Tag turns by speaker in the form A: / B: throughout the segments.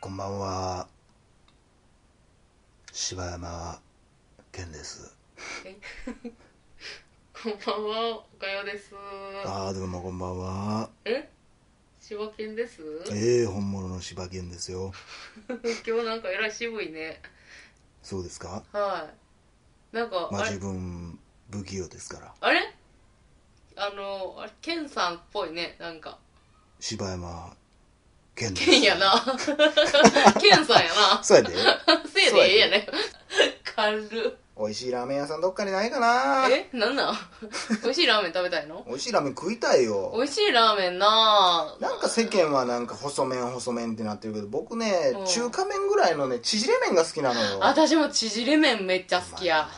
A: こんばんは柴山健です
B: こんばんは、おかよです。
A: ああどうもこんばんは
B: え柴犬です
A: ええ本物の柴健ですよ
B: 今日なんかえらい渋いね。
A: そうですか
B: はい。なんか、
A: まあ
B: あ
A: 自
B: れ
A: 分不器用ですから
B: あれあの、あれ、健さんっぽいね、なんか。
A: 柴山健です
B: 健やな。健さんやな。
A: そうやで
B: せいでええやね。軽っ。
A: 美味しいラーメン屋さんどっかにないかな
B: えなんなん美味しいラーメン食べたいの
A: 美味しいラーメン食いたいよ
B: 美味しいラーメンな
A: なんか世間はなんか細麺細麺ってなってるけど僕ね
B: うん
A: 中華麺ぐらいのね縮れ麺が好きなのよ
B: 私も縮れ麺めっちゃ好きや。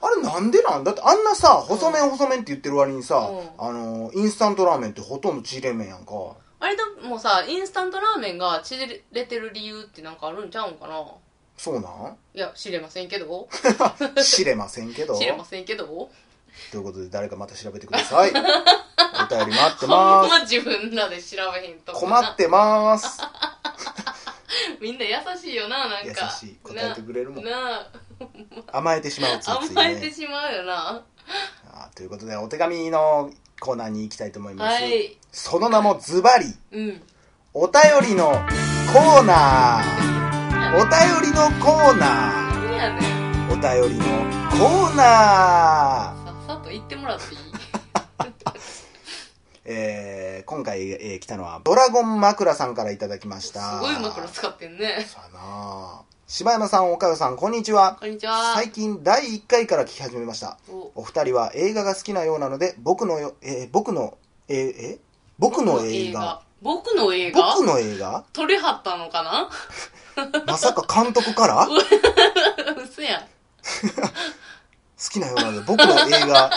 A: あれなんでなんだってあんなさ細麺細麺って言ってる割にさ、
B: う
A: あのインスタントラーメンってほとんど縮れ麺やんか
B: あれでもさ、インスタントラーメンが縮れてる理由ってなんかあるんちゃうんかな
A: そう なん
B: いや、知れませんけど。
A: 知れませんけど
B: 知れませんけど。
A: ということで誰かまた調べてくだ さいお便り待って
B: ほ
A: ま
B: ん
A: す
B: ま自分らで調べへんと。
A: 困ってます
B: みんな優しいよな、なんか。
A: 優しい答えてくれるもん
B: なな
A: 甘えてしまうつい
B: あ
A: つい
B: 甘えて
A: ね
B: しまうよな。
A: あということでお手紙のコーナーに行きたいと思います、
B: はい。
A: その名もズバリ
B: うん。
A: お便りのコーナーお便りのコーナー
B: 何やね
A: お
B: ん。
A: 便りのコーナー
B: さっさと言っても らっていい
A: えー、今回、えー来たのはドラゴン枕さんからいただきますした
B: ごい枕使ってんね。
A: さあなあ柴山さん岡代さんこんにちは
B: こんにちは。
A: 最近第1回から聞き始めました
B: お
A: お二人は映画が好きなようなので僕のよ、えー僕のえーえ僕の映画。
B: 僕の映画
A: 僕の映画
B: 撮りはったのかな
A: まさか監督から好
B: 嘘やん。
A: きなようなので僕の映 画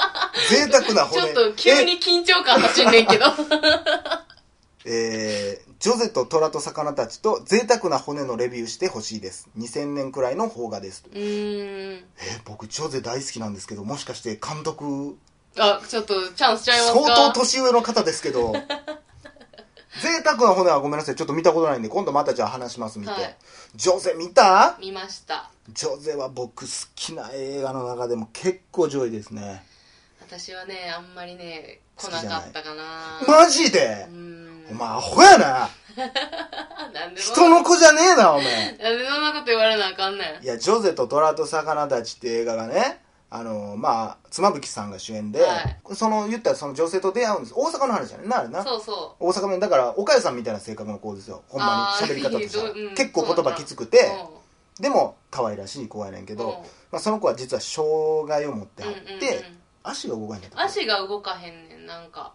A: 贅沢な
B: ちょ
A: 骨
B: っと急に緊張感走んね んけど。
A: えージョゼと虎と魚たちと贅沢な骨のレビューしてほしいです。2000年くらいの邦画です。
B: うーん。
A: えー僕、ジョゼ大好きなんですけど、もしかして監督、
B: あ、ちょっとチャンスちゃいますか
A: 相当年上の方ですけ ど、贅沢な骨はごめんなさい。ちょっと見たことないんで、今度またじゃあ話します、見て。
B: はい
A: ジョゼ見た
B: 見ました。
A: ジョゼは僕好きな映画の中でも結構上位ですね。
B: 私はねあんまりね来なかったかな
A: マジで
B: うーん
A: お前アホやな
B: なんでそ
A: 人
B: んな
A: の子じゃねえな、お前
B: なんでそんなこと言われなあかんねん
A: いや、ジョゼと虎と魚たちって映画がね、あのまあ、妻夫木さんが主演で、
B: はい
A: その、言ったらその女性と出会うんです。大阪の話じゃねな、あれな。
B: そうそ
A: 大阪弁、だから、岡谷さんみたいな性格の子ですよ。ほんま
B: あ
A: に
B: ー
A: 喋り方としては。
B: うん
A: 結構言葉きつく
B: う
A: て、でも、可愛らしい子やねんけ
B: うん
A: ど、まあ、その子は実は障害を持って
B: うん
A: は
B: う
A: っ
B: んうん
A: て、足が動かへんねんと
B: 足が動かへんねんなんか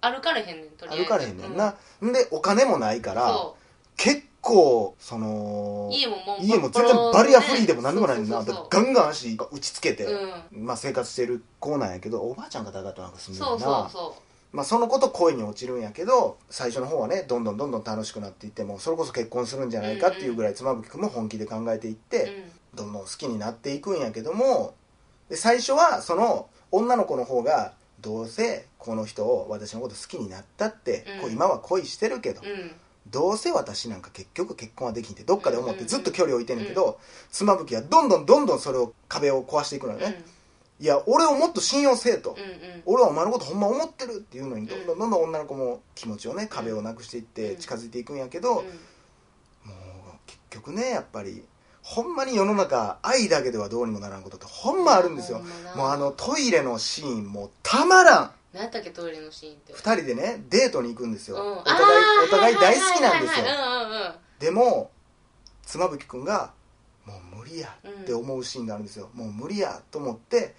B: 歩かれへんねんとりあえず
A: 歩かれへんねんな。んで、お金もないか
B: うん
A: ら、
B: そ
A: 結構、その
B: う、家ももう
A: 家も
B: ボ
A: 全
B: ロ
A: 然
B: ボロ
A: バリアフリーでもなんでもない
B: ね
A: ねんな。
B: そ
A: だ
B: う
A: から
B: そうそう
A: ガンガン足が打ちつけて、
B: う
A: まあ、生活してる子なんやけどおばあちゃんがだかとなんか住んでる
B: そ
A: な
B: うそうそ
A: まあ、その子と恋に落ちるんやけど最初の方はねどんどんどんどん楽しくなっていってもうそれこそ結婚するんじゃないかっていうぐらい妻夫木君も本気で考えていっ
B: う
A: て、どんどん好きになっていくんやけどもで最初はその女の子の方がどうせこの人を私のこと好きになったって、
B: うん
A: こう今は恋してるけど、
B: うんうん
A: どうせ私なんか結局結婚はできんってどっかで思ってずっと距離を置いてんねんけど、妻夫木はどんどんどんどんそれを壁を壊していくのよね、いや俺をもっと信用せえと、
B: うんうん
A: 俺はお前のことほんま思ってるっていうのにどんど
B: うん
A: どんどん女の子も気持ちをね壁をなくしていって
B: うん
A: 近づいていくんやけど、
B: う
A: も
B: ん
A: う結局ねやっぱりほんまに世の中愛だけではどうにもならんことってほんまあるんですよ
B: ほまな
A: もうあのトイレのシーンもうたまらん
B: 何やったっけトイレのシーンって
A: 2人でねデートに行くんですよ、
B: うん
A: お互い
B: あー
A: お互い大好きなんですよ、
B: はいはいはいはい
A: でも妻夫木君が「もう無理や」って思うシーンがあるんですよ、もう無理やと思って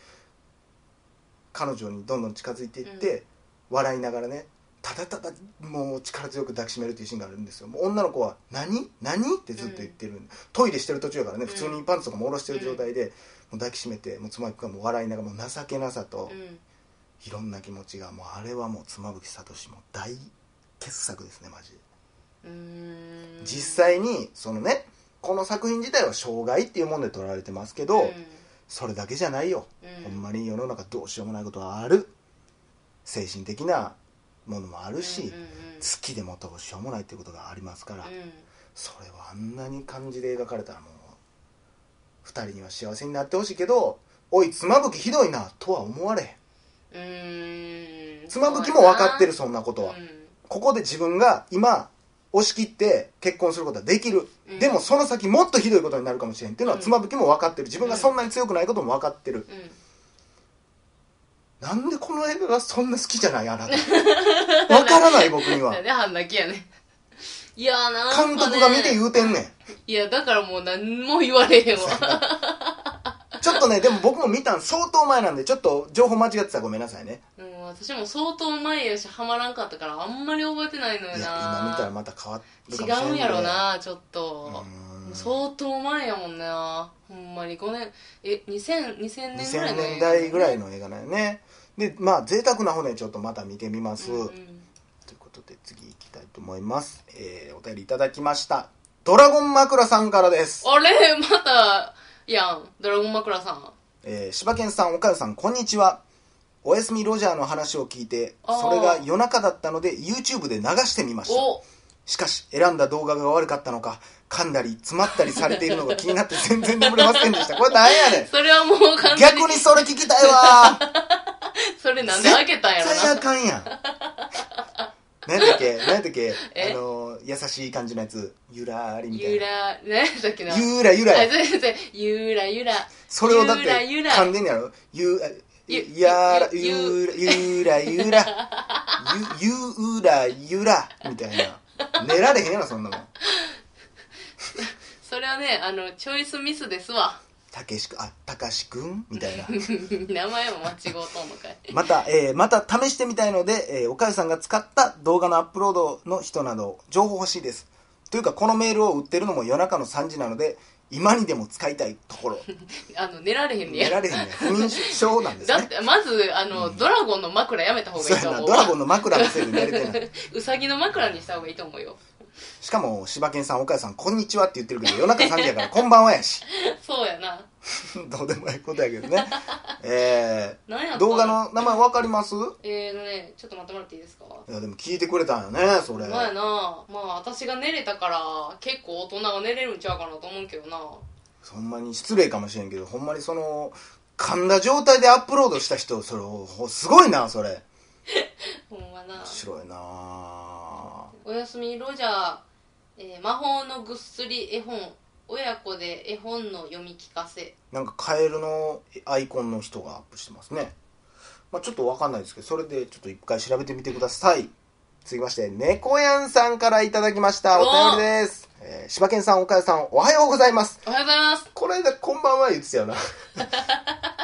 A: 彼女にどんどん近づいていって、笑いながらねただただもう力強く抱きしめるっていうシーンがあるんですよもう女の子は「何何?」ってずっと言ってる、トイレしてる途中やからね普通にパンツとかも下ろしてる状態で、もう抱きしめてもう妻夫木君はもう笑いながらもう情けなさと、
B: うんうん
A: いろんな気持ちがもうあれはもう妻夫木聡も大傑作ですねマジで。
B: うーん
A: 実際にそのねこの作品自体は障害っていうもんで取られてますけど、
B: うん
A: それだけじゃないよ、
B: うん
A: ほんまに世の中どうしようもないことはある精神的なものもあるし、
B: うんうんうん
A: 好きでもどうしようもないっていうことがありますから、
B: うん
A: それはあんなに感じで描かれたらもう二人には幸せになってほしいけどおい妻夫木ひどいなとは思われへん
B: うーん
A: 妻夫木も分かってるそんなことは、
B: うん
A: ここで自分が今押し切って結婚することはできる、
B: うん
A: でもその先もっとひどいことになるかもしれんっていうのは
B: うん
A: 妻夫木も分かってる自分がそんなに強くないことも分かってる、
B: うん
A: なんでこの映画がそんな好きじゃないあな た分からない僕には
B: なんで半泣きやねんいやーなんか、ね、
A: 監督が見て言うてんねん
B: いやだからもう何も言われへんわ
A: ちょっとねでも僕も見たん相当前なんでちょっと情報間違ってたらごめんなさいね
B: うん私も相当前やしハマらんかったからあんまり覚えてないのよない
A: や今見たらまた変わるかもしれない
B: 違うんやろなちょっと
A: うん
B: 相当前やもんなほんまに5年え2000 2000年ぐらい
A: 2000
B: の
A: 年代ぐらい
B: の
A: の映画だよねでまあ贅沢な骨ちょっとまた見てみます、
B: うんうん
A: ということで次行きたいと思います、えー、お便りいただきましたドラゴン枕さんからです、
B: あれまたやんドラゴン枕さん
A: えー、柴犬さん岡田さんこんにちはおやすみロジャーの話を聞いて
B: あー
A: それが夜中だったので YouTube で流してみました
B: お
A: しかし選んだ動画が悪かったのか噛んだり詰まったりされているのが気になって 全然眠れませんでしたこれなんやねん
B: それはもう完全
A: 逆
B: に
A: にそれ聞きたいわー
B: それ なんで開けたんやろ
A: 絶対あ
B: な
A: かんやん 何やったっけ何やったっけ
B: え
A: あの優しい感じのやつゆらーりみた
B: ゆ
A: いな
B: ら何だっけな
A: ゆらゆら
B: あ
A: や
B: 先生ゆらゆら
A: それをだって
B: ゆらゆら
A: 噛んでんやろゆあ
B: ゆ
A: やら
B: ゆ
A: ゆらゆらゆらゆゆらゆらみたいな寝られへんやろそんなもん
B: それはねあのチョイスミスですわ
A: たけしくあたかしくんみたいな
B: 名前も間違うとんのかい
A: また、えーまた試してみたいので、えー、おかゆさんが使った動画のアップロードの人など、情報欲しいです。というか、このメールを売ってるのも夜中の3時なので、今にでも使いたいところ。
B: あの寝られへんね
A: 寝
B: や
A: られへんね。不眠症なんです
B: だっ
A: ね。
B: てまずあの、ドラゴンの枕やめた方が
A: そ
B: いういと
A: や
B: 思
A: な、
B: う
A: ドラゴンの
B: の
A: 枕のせいで寝れてない。
B: うさぎの枕にした方がいいと思うよ
A: しかも、柴犬さん、おかゆさん、こんにちはって言ってるけど、夜中3時やから、こんばんはやし。
B: そうやな
A: どうでもいいことやけどね。え
B: 何やった
A: ー、動画の名前わかります
B: えーのねちょっと待ってもらっていいですか
A: いや、でも聞いてくれたんよね、それ。
B: まあやなまあ私が寝れたから結構大人が寝れるんちゃうかなと思うけどな
A: ほんまに失礼かもしれんけどほんまにその噛んだ状態でアップロードした人それをほすごいなそれ
B: ほんまな
A: 面白いなあ
B: おやすみロジャー、えー魔法のぐっすり絵本親子で絵本の読み聞かせ
A: なんかカエルのアイコンの人がアップしてますね、まあ、ちょっとわかんないですけどそれでちょっと一回調べてみてください続きまして猫やんさんからいただきましたお便りです、えー、柴犬さん岡谷さんおはようございます
B: おはようございます
A: この間こんばんは言ってたよ な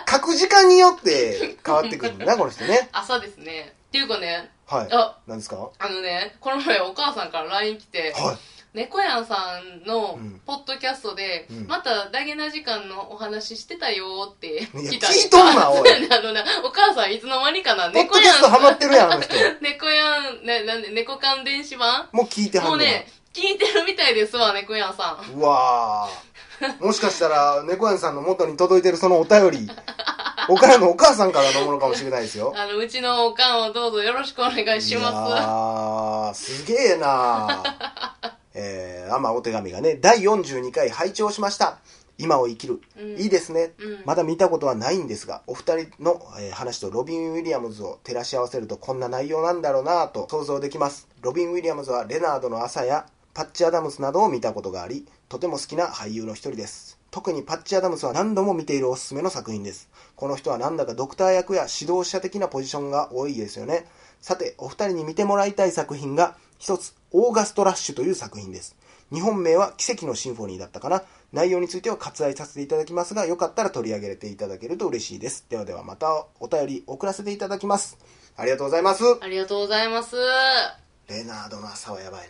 A: 書く時間によって変わってくるんだなこの人ね
B: 朝ですねっていうかね
A: はい
B: あ
A: 何ですか
B: あのねこの前お母さんから LINE 来て
A: はい
B: 猫やんさんの
A: うん
B: ポッドキャストで、
A: うん
B: またダゲな時間のお話してたよーって
A: いや
B: 来た
A: 聞いとん なおい
B: あのなお母さんいつの間にかな
A: ポッド
B: 猫
A: キャ
B: やん
A: ストハマってるやん、あの人。
B: 猫やんななんで猫缶電子版
A: もう聞いては
B: も
A: ん
B: うね
A: ね
B: 聞いてるみたいですわ猫やんさん
A: ん。うわーもしかしたら、猫やんさんの元に届いてるそのお便 り、おからのお母さんからのものかもしれないですよ。
B: あのうちのおかんをどうぞよろしくお願いします
A: あすげえなえー、あまあお手紙がね、第42回拝聴しました。今を生きる。
B: うん
A: いいですね、
B: うん
A: まだ見たことはないんですが、お二人の、えー話とロビン・ウィリアムズを照らし合わせるとこんな内容なんだろうなぁと想像できます。ロビン・ウィリアムズはレナードの朝やパッチ・アダムスなどを見たことがあり、とても好きな俳優の一人です。特にパッチ・アダムスは何度も見ているおすすめの作品です。この人はなんだかドクター役や指導者的なポジションが多いですよね。さて、お二人に見てもらいたい作品が、一つ、オーガストラッシュという作品です。日本名は奇跡のシンフォニーだったかな。内容については割愛させていただきますが、よかったら取り上げていただけると嬉しいです。ではではまたお便り送らせていただきます。ありがとうございます。
B: ありがとうございます
A: レナードの朝はやばいね。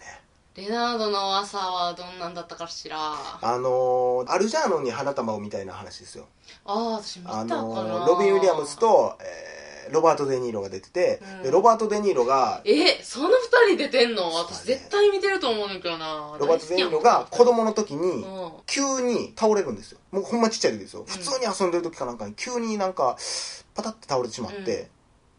B: レナードの朝はどんなんだったかしらあ
A: あのーアルジャーノンに花束をみたいな話ですよ。
B: あー私見たか
A: あ
B: な、
A: のーロビン・ウィリアムズと、えーロバート・デ・ニーロが出てて、
B: うん
A: でロバート・デ・ニーロが、
B: えその二人出てんの私絶対見てると思うねんだけどな
A: ロバート・デ・ニーロが子供の時に、
B: うん
A: 急に倒れるんですよもうほんまちっちゃい時ですよ普通に遊んでる時かなんかに急になんかパタって倒れてしまって、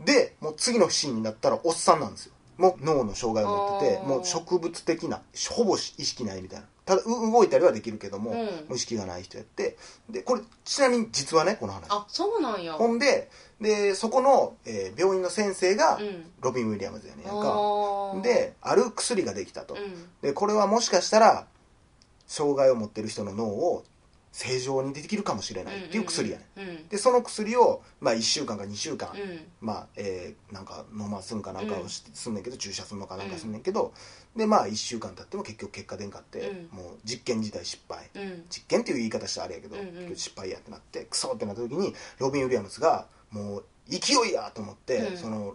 A: でもう次のシーンになったらおっさんなんですよもう脳の障害を持ってて
B: あー
A: もう植物的なほぼ意識ないみたいなただう動いたりはできるけども、
B: うん
A: もう意識がない人やってでこれちなみに実はねこの話
B: あそうなんや
A: ほんででそこの、えー病院の先生が
B: うん
A: ロビン・ウィリアムズやねん
B: あ
A: か、
B: ー
A: である薬ができたと、
B: うん
A: でこれはもしかしたら障害を持ってる人の脳を正常にできるかもしれないっていう薬やね、
B: うんうん
A: ん、でその薬を、まあ、1週間か2週間、
B: うんうん
A: まあえーなんか飲ますんかなんかをし、すんねんけど注射すんのかなんかすんねんけど、でまあ1週間経っても結局結果出んかって、
B: うん
A: もう実験自体失敗
B: うん
A: 実験っていう言い方したらあれやけど、
B: うんうん
A: 結局失敗やってなってクソってなった時にロビン・ウィリアムズがもう勢いやと思って、
B: うん
A: その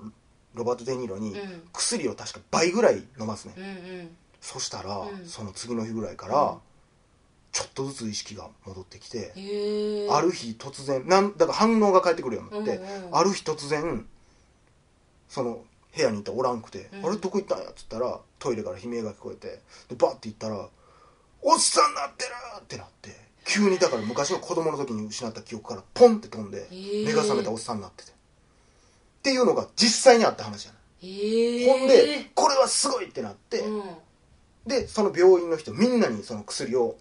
A: ロバート・デ・ニーロに
B: うん
A: 薬を確か倍ぐらい飲ますねん
B: うんうん
A: そしたら、
B: うん
A: その次の日ぐらいから、
B: うん
A: ちょっとずつ意識が戻ってきて、
B: へえ
A: ある日突然なんだから反応が返ってくるようになって、
B: うんうん
A: ある日突然その部屋にいたらおらんくて「
B: うん
A: あれどこ行ったんや?」っつったらトイレから悲鳴が聞こえてでバッて行ったら「おっさんなってる!」ってなって急にだから昔の子供の時に失った記憶からポンって飛んで
B: ー
A: 目が覚めたおっさんになってて。っていうのが実際にあった話やね
B: へえ
A: ほんでこれはすごいってなって、
B: うん
A: でその病院の人みんなにその薬を、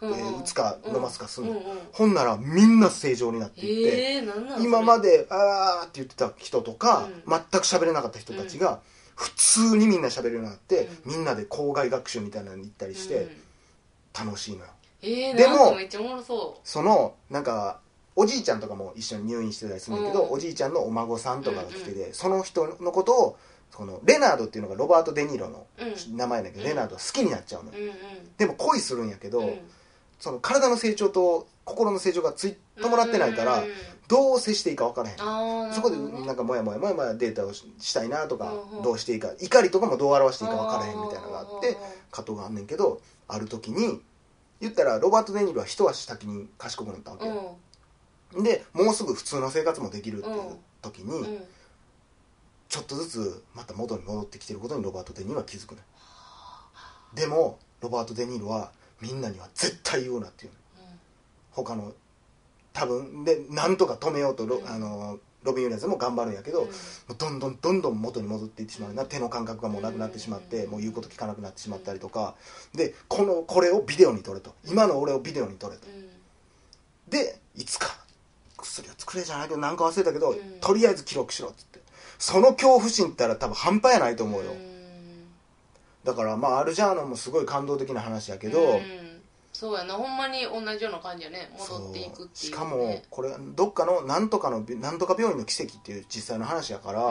B: うん
A: え
B: う
A: ー
B: ん
A: 打つか飲ますかすんの、
B: うんうん
A: ほんならみんな正常になっていって、
B: へえなんなんそれ
A: 今まで「あー」って言ってた人とか、
B: う
A: 全く喋れなかった人たちが普通にみんな喋るようになって、
B: うん
A: みんなで校外学習みたいなのに行ったりし
B: う
A: て
B: ん
A: 楽しいのよ、
B: え
A: で
B: ー、で
A: も
B: もめっちゃおもろそ
A: そのなんかおじいちゃんとかも一緒に入院してたりするんだけど、
B: うん
A: おじいちゃんのお孫さんとかが来てて、その人のことをこのレナードっていうのがロバート・デ・ニーロの
B: ううん
A: 名前だけど、
B: うん
A: レナードは好きになっちゃうのよ、
B: うんうん
A: でも恋するんやけど、
B: うん
A: その体の成長と心の成長がつい伴ってないから、
B: うんうんうん
A: どう接していいか分からへん
B: ああ
A: そこでなんかモヤモヤモヤモヤデータをししたいなとか
B: うんうん
A: どうしていいか怒りとかもどう表していいか分からへんみたいなのがあって葛藤があんねんけどある時に言ったらロバート・デ・ニーロは一足先に賢くなったわけ
B: うん
A: よでもうすぐ普通の生活もできるっていう時
B: うん
A: にちょっとずつまた元に戻ってきてることにロバート・デ・ニーロは気づくねんでもロバート・デ・ニーロはみんなには絶対言うなっていうの他の多分でなんとか止めようとロ,、
B: うん
A: あのロビン・ウィリアムズも頑張るんやけど、
B: うん
A: もうどんどんどんどん元に戻っていってしまうな手の感覚がもうなくなってしまって、
B: うん
A: もう言うこと聞かなくなってしまったりとかでこのこれをビデオに撮れと今の俺をビデオに撮れとでいつか薬を作れじゃないけどなんか忘れたけど、
B: うん
A: とりあえず記録しろっつってその恐怖心ったら多分半端やないと
B: うん
A: 思うよ、
B: ん
A: だからまあアルジャーノンもすごい感動的な話やけど、
B: うんそうやなほんまに同じような感じやね戻っていくっていうね
A: しかもこれどっかのなんとかのなんとか病院の奇跡っていう実際の話やから、
B: うん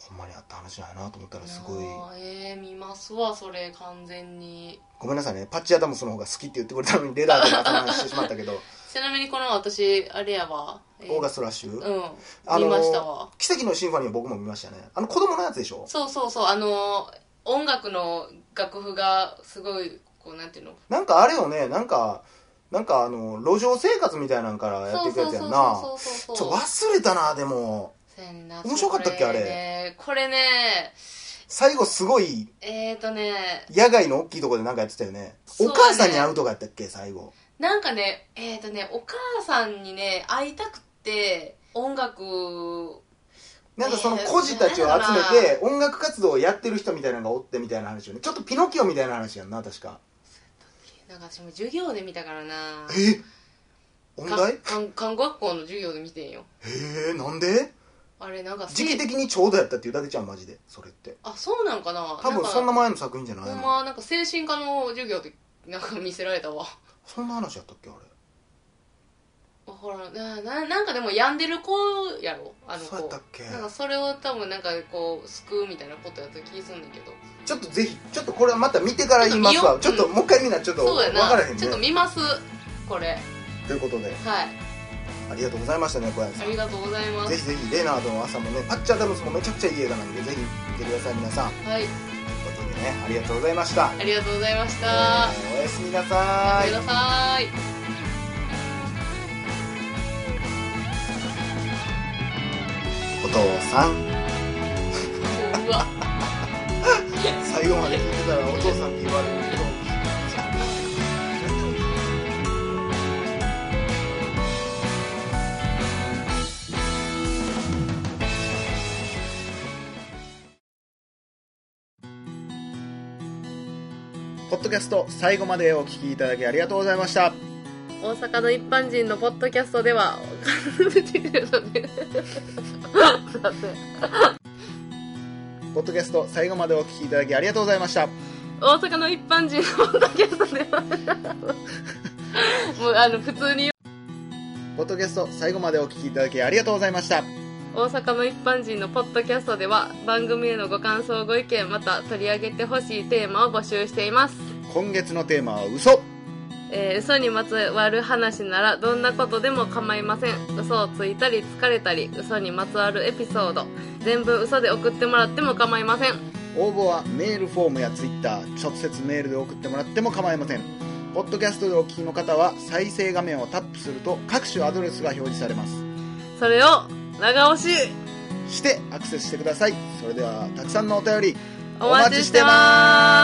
A: ほんまにあった話なんやなと思ったらすごい
B: あーえー見ますわそれ完全に
A: ごめんなさいねパッチアダムスの方が好きって言ってくれたのにレダーでまた話してしまった けど
B: ちなみにこの私あれやわえー
A: オーガストラッシュ、
B: うん
A: あの
B: 見ましたわ
A: 奇跡のシンフォニーを僕も見ましたねあの子供のやつでしょ
B: そうそうそうあの音楽の楽譜がすごいこうなんていうの
A: なんかあれよねなんかなんかあの路上生活みたいなんからやっていくやつやんな
B: そうそうそうそう
A: ち
B: そう
A: ょ忘れたなでも
B: せんな
A: 面白かったっけ
B: そ
A: あ
B: ねこれね
A: 最後すごい
B: えー、とね
A: 野外の大きいとこでなんかやってたよね
B: そう
A: お
B: だね
A: 母さんに会うとかやったっけ最後
B: なんかねえー、とねお母さんにね会いたくて音楽
A: なんかその孤児たちを集めて音楽活動をやってる人みたいなのがおってみたいな話よねちょっとピノキオみたいな話やんな確か
B: なんか私も授業で見たからな
A: え音大
B: か看看護学校の授業で見てんよ
A: へえなんで
B: あれなんか
A: 時期的にちょうどやったっていうだけじゃんマジでそれって
B: あそうなんかな
A: 多分
B: か
A: そんな前の作品じゃない
B: ほん
A: の
B: まなんか精神科の授業でなんか見せられたわ
A: そんな話やったっけあれ
B: わからんなななんかでも病んでる子やろあの
A: そ
B: 子
A: うやったっけ
B: なんかそれを多分なんかこう救うみたいなことやった気すんだけど
A: ちょっとぜひちょっとこれはまた見てから言いますわち
B: ち
A: ょ
B: ょ
A: っ
B: っ
A: と
B: と
A: もう一回みんなちょっと
B: そう
A: 分
B: や
A: からへ
B: なん
A: ね
B: ちょっと見ますこれ
A: ということで
B: はい
A: ありがとうございましたね小籔さ
B: あり
A: ん
B: がとうございま
A: ぜ
B: す
A: ひぜひレナードの朝もねパッチャダムスもめちゃくちゃいい映画なんでぜひ見てください皆さんという
B: はい
A: ことでねありがとうございました
B: ありがとうございまし
A: え
B: た
A: ーおやすみな
B: ご
A: さ
B: め
A: い
B: んなさい
A: お父さん
B: うわ
A: 最後まで聞いてたらお父さんって言われるけど。ポッドキャスト最後までお聞きいただきありがとうございました
B: 大阪の一般人のポッドキャストでは
A: ポ ッドキャスト最後までお聞きいただきありがとうございました
B: 大阪の一般人のポッドキャストでは もうあの普通に
A: ポッドキャスト最後までお聞きいただきありがとうございました
B: 大阪の一般人のポッドキャストでは番組へのご感想ご意見また取り上げてほしいテーマを募集しています、
A: 今月のテーマは嘘
B: えー、嘘にまつわる話ならどんなことでも構いません嘘をついたり疲れたり嘘にまつわるエピソード全部嘘で送ってもらっても構いません
A: 応募はメールフォームやツイッター直接メールで送ってもらっても構いませんポッドキャストでお聞きの方は再生画面をタップすると各種アドレスが表示されます
B: それを長押し
A: してアクセスしてくださいそれではたくさんのお便り
B: お待ちしてます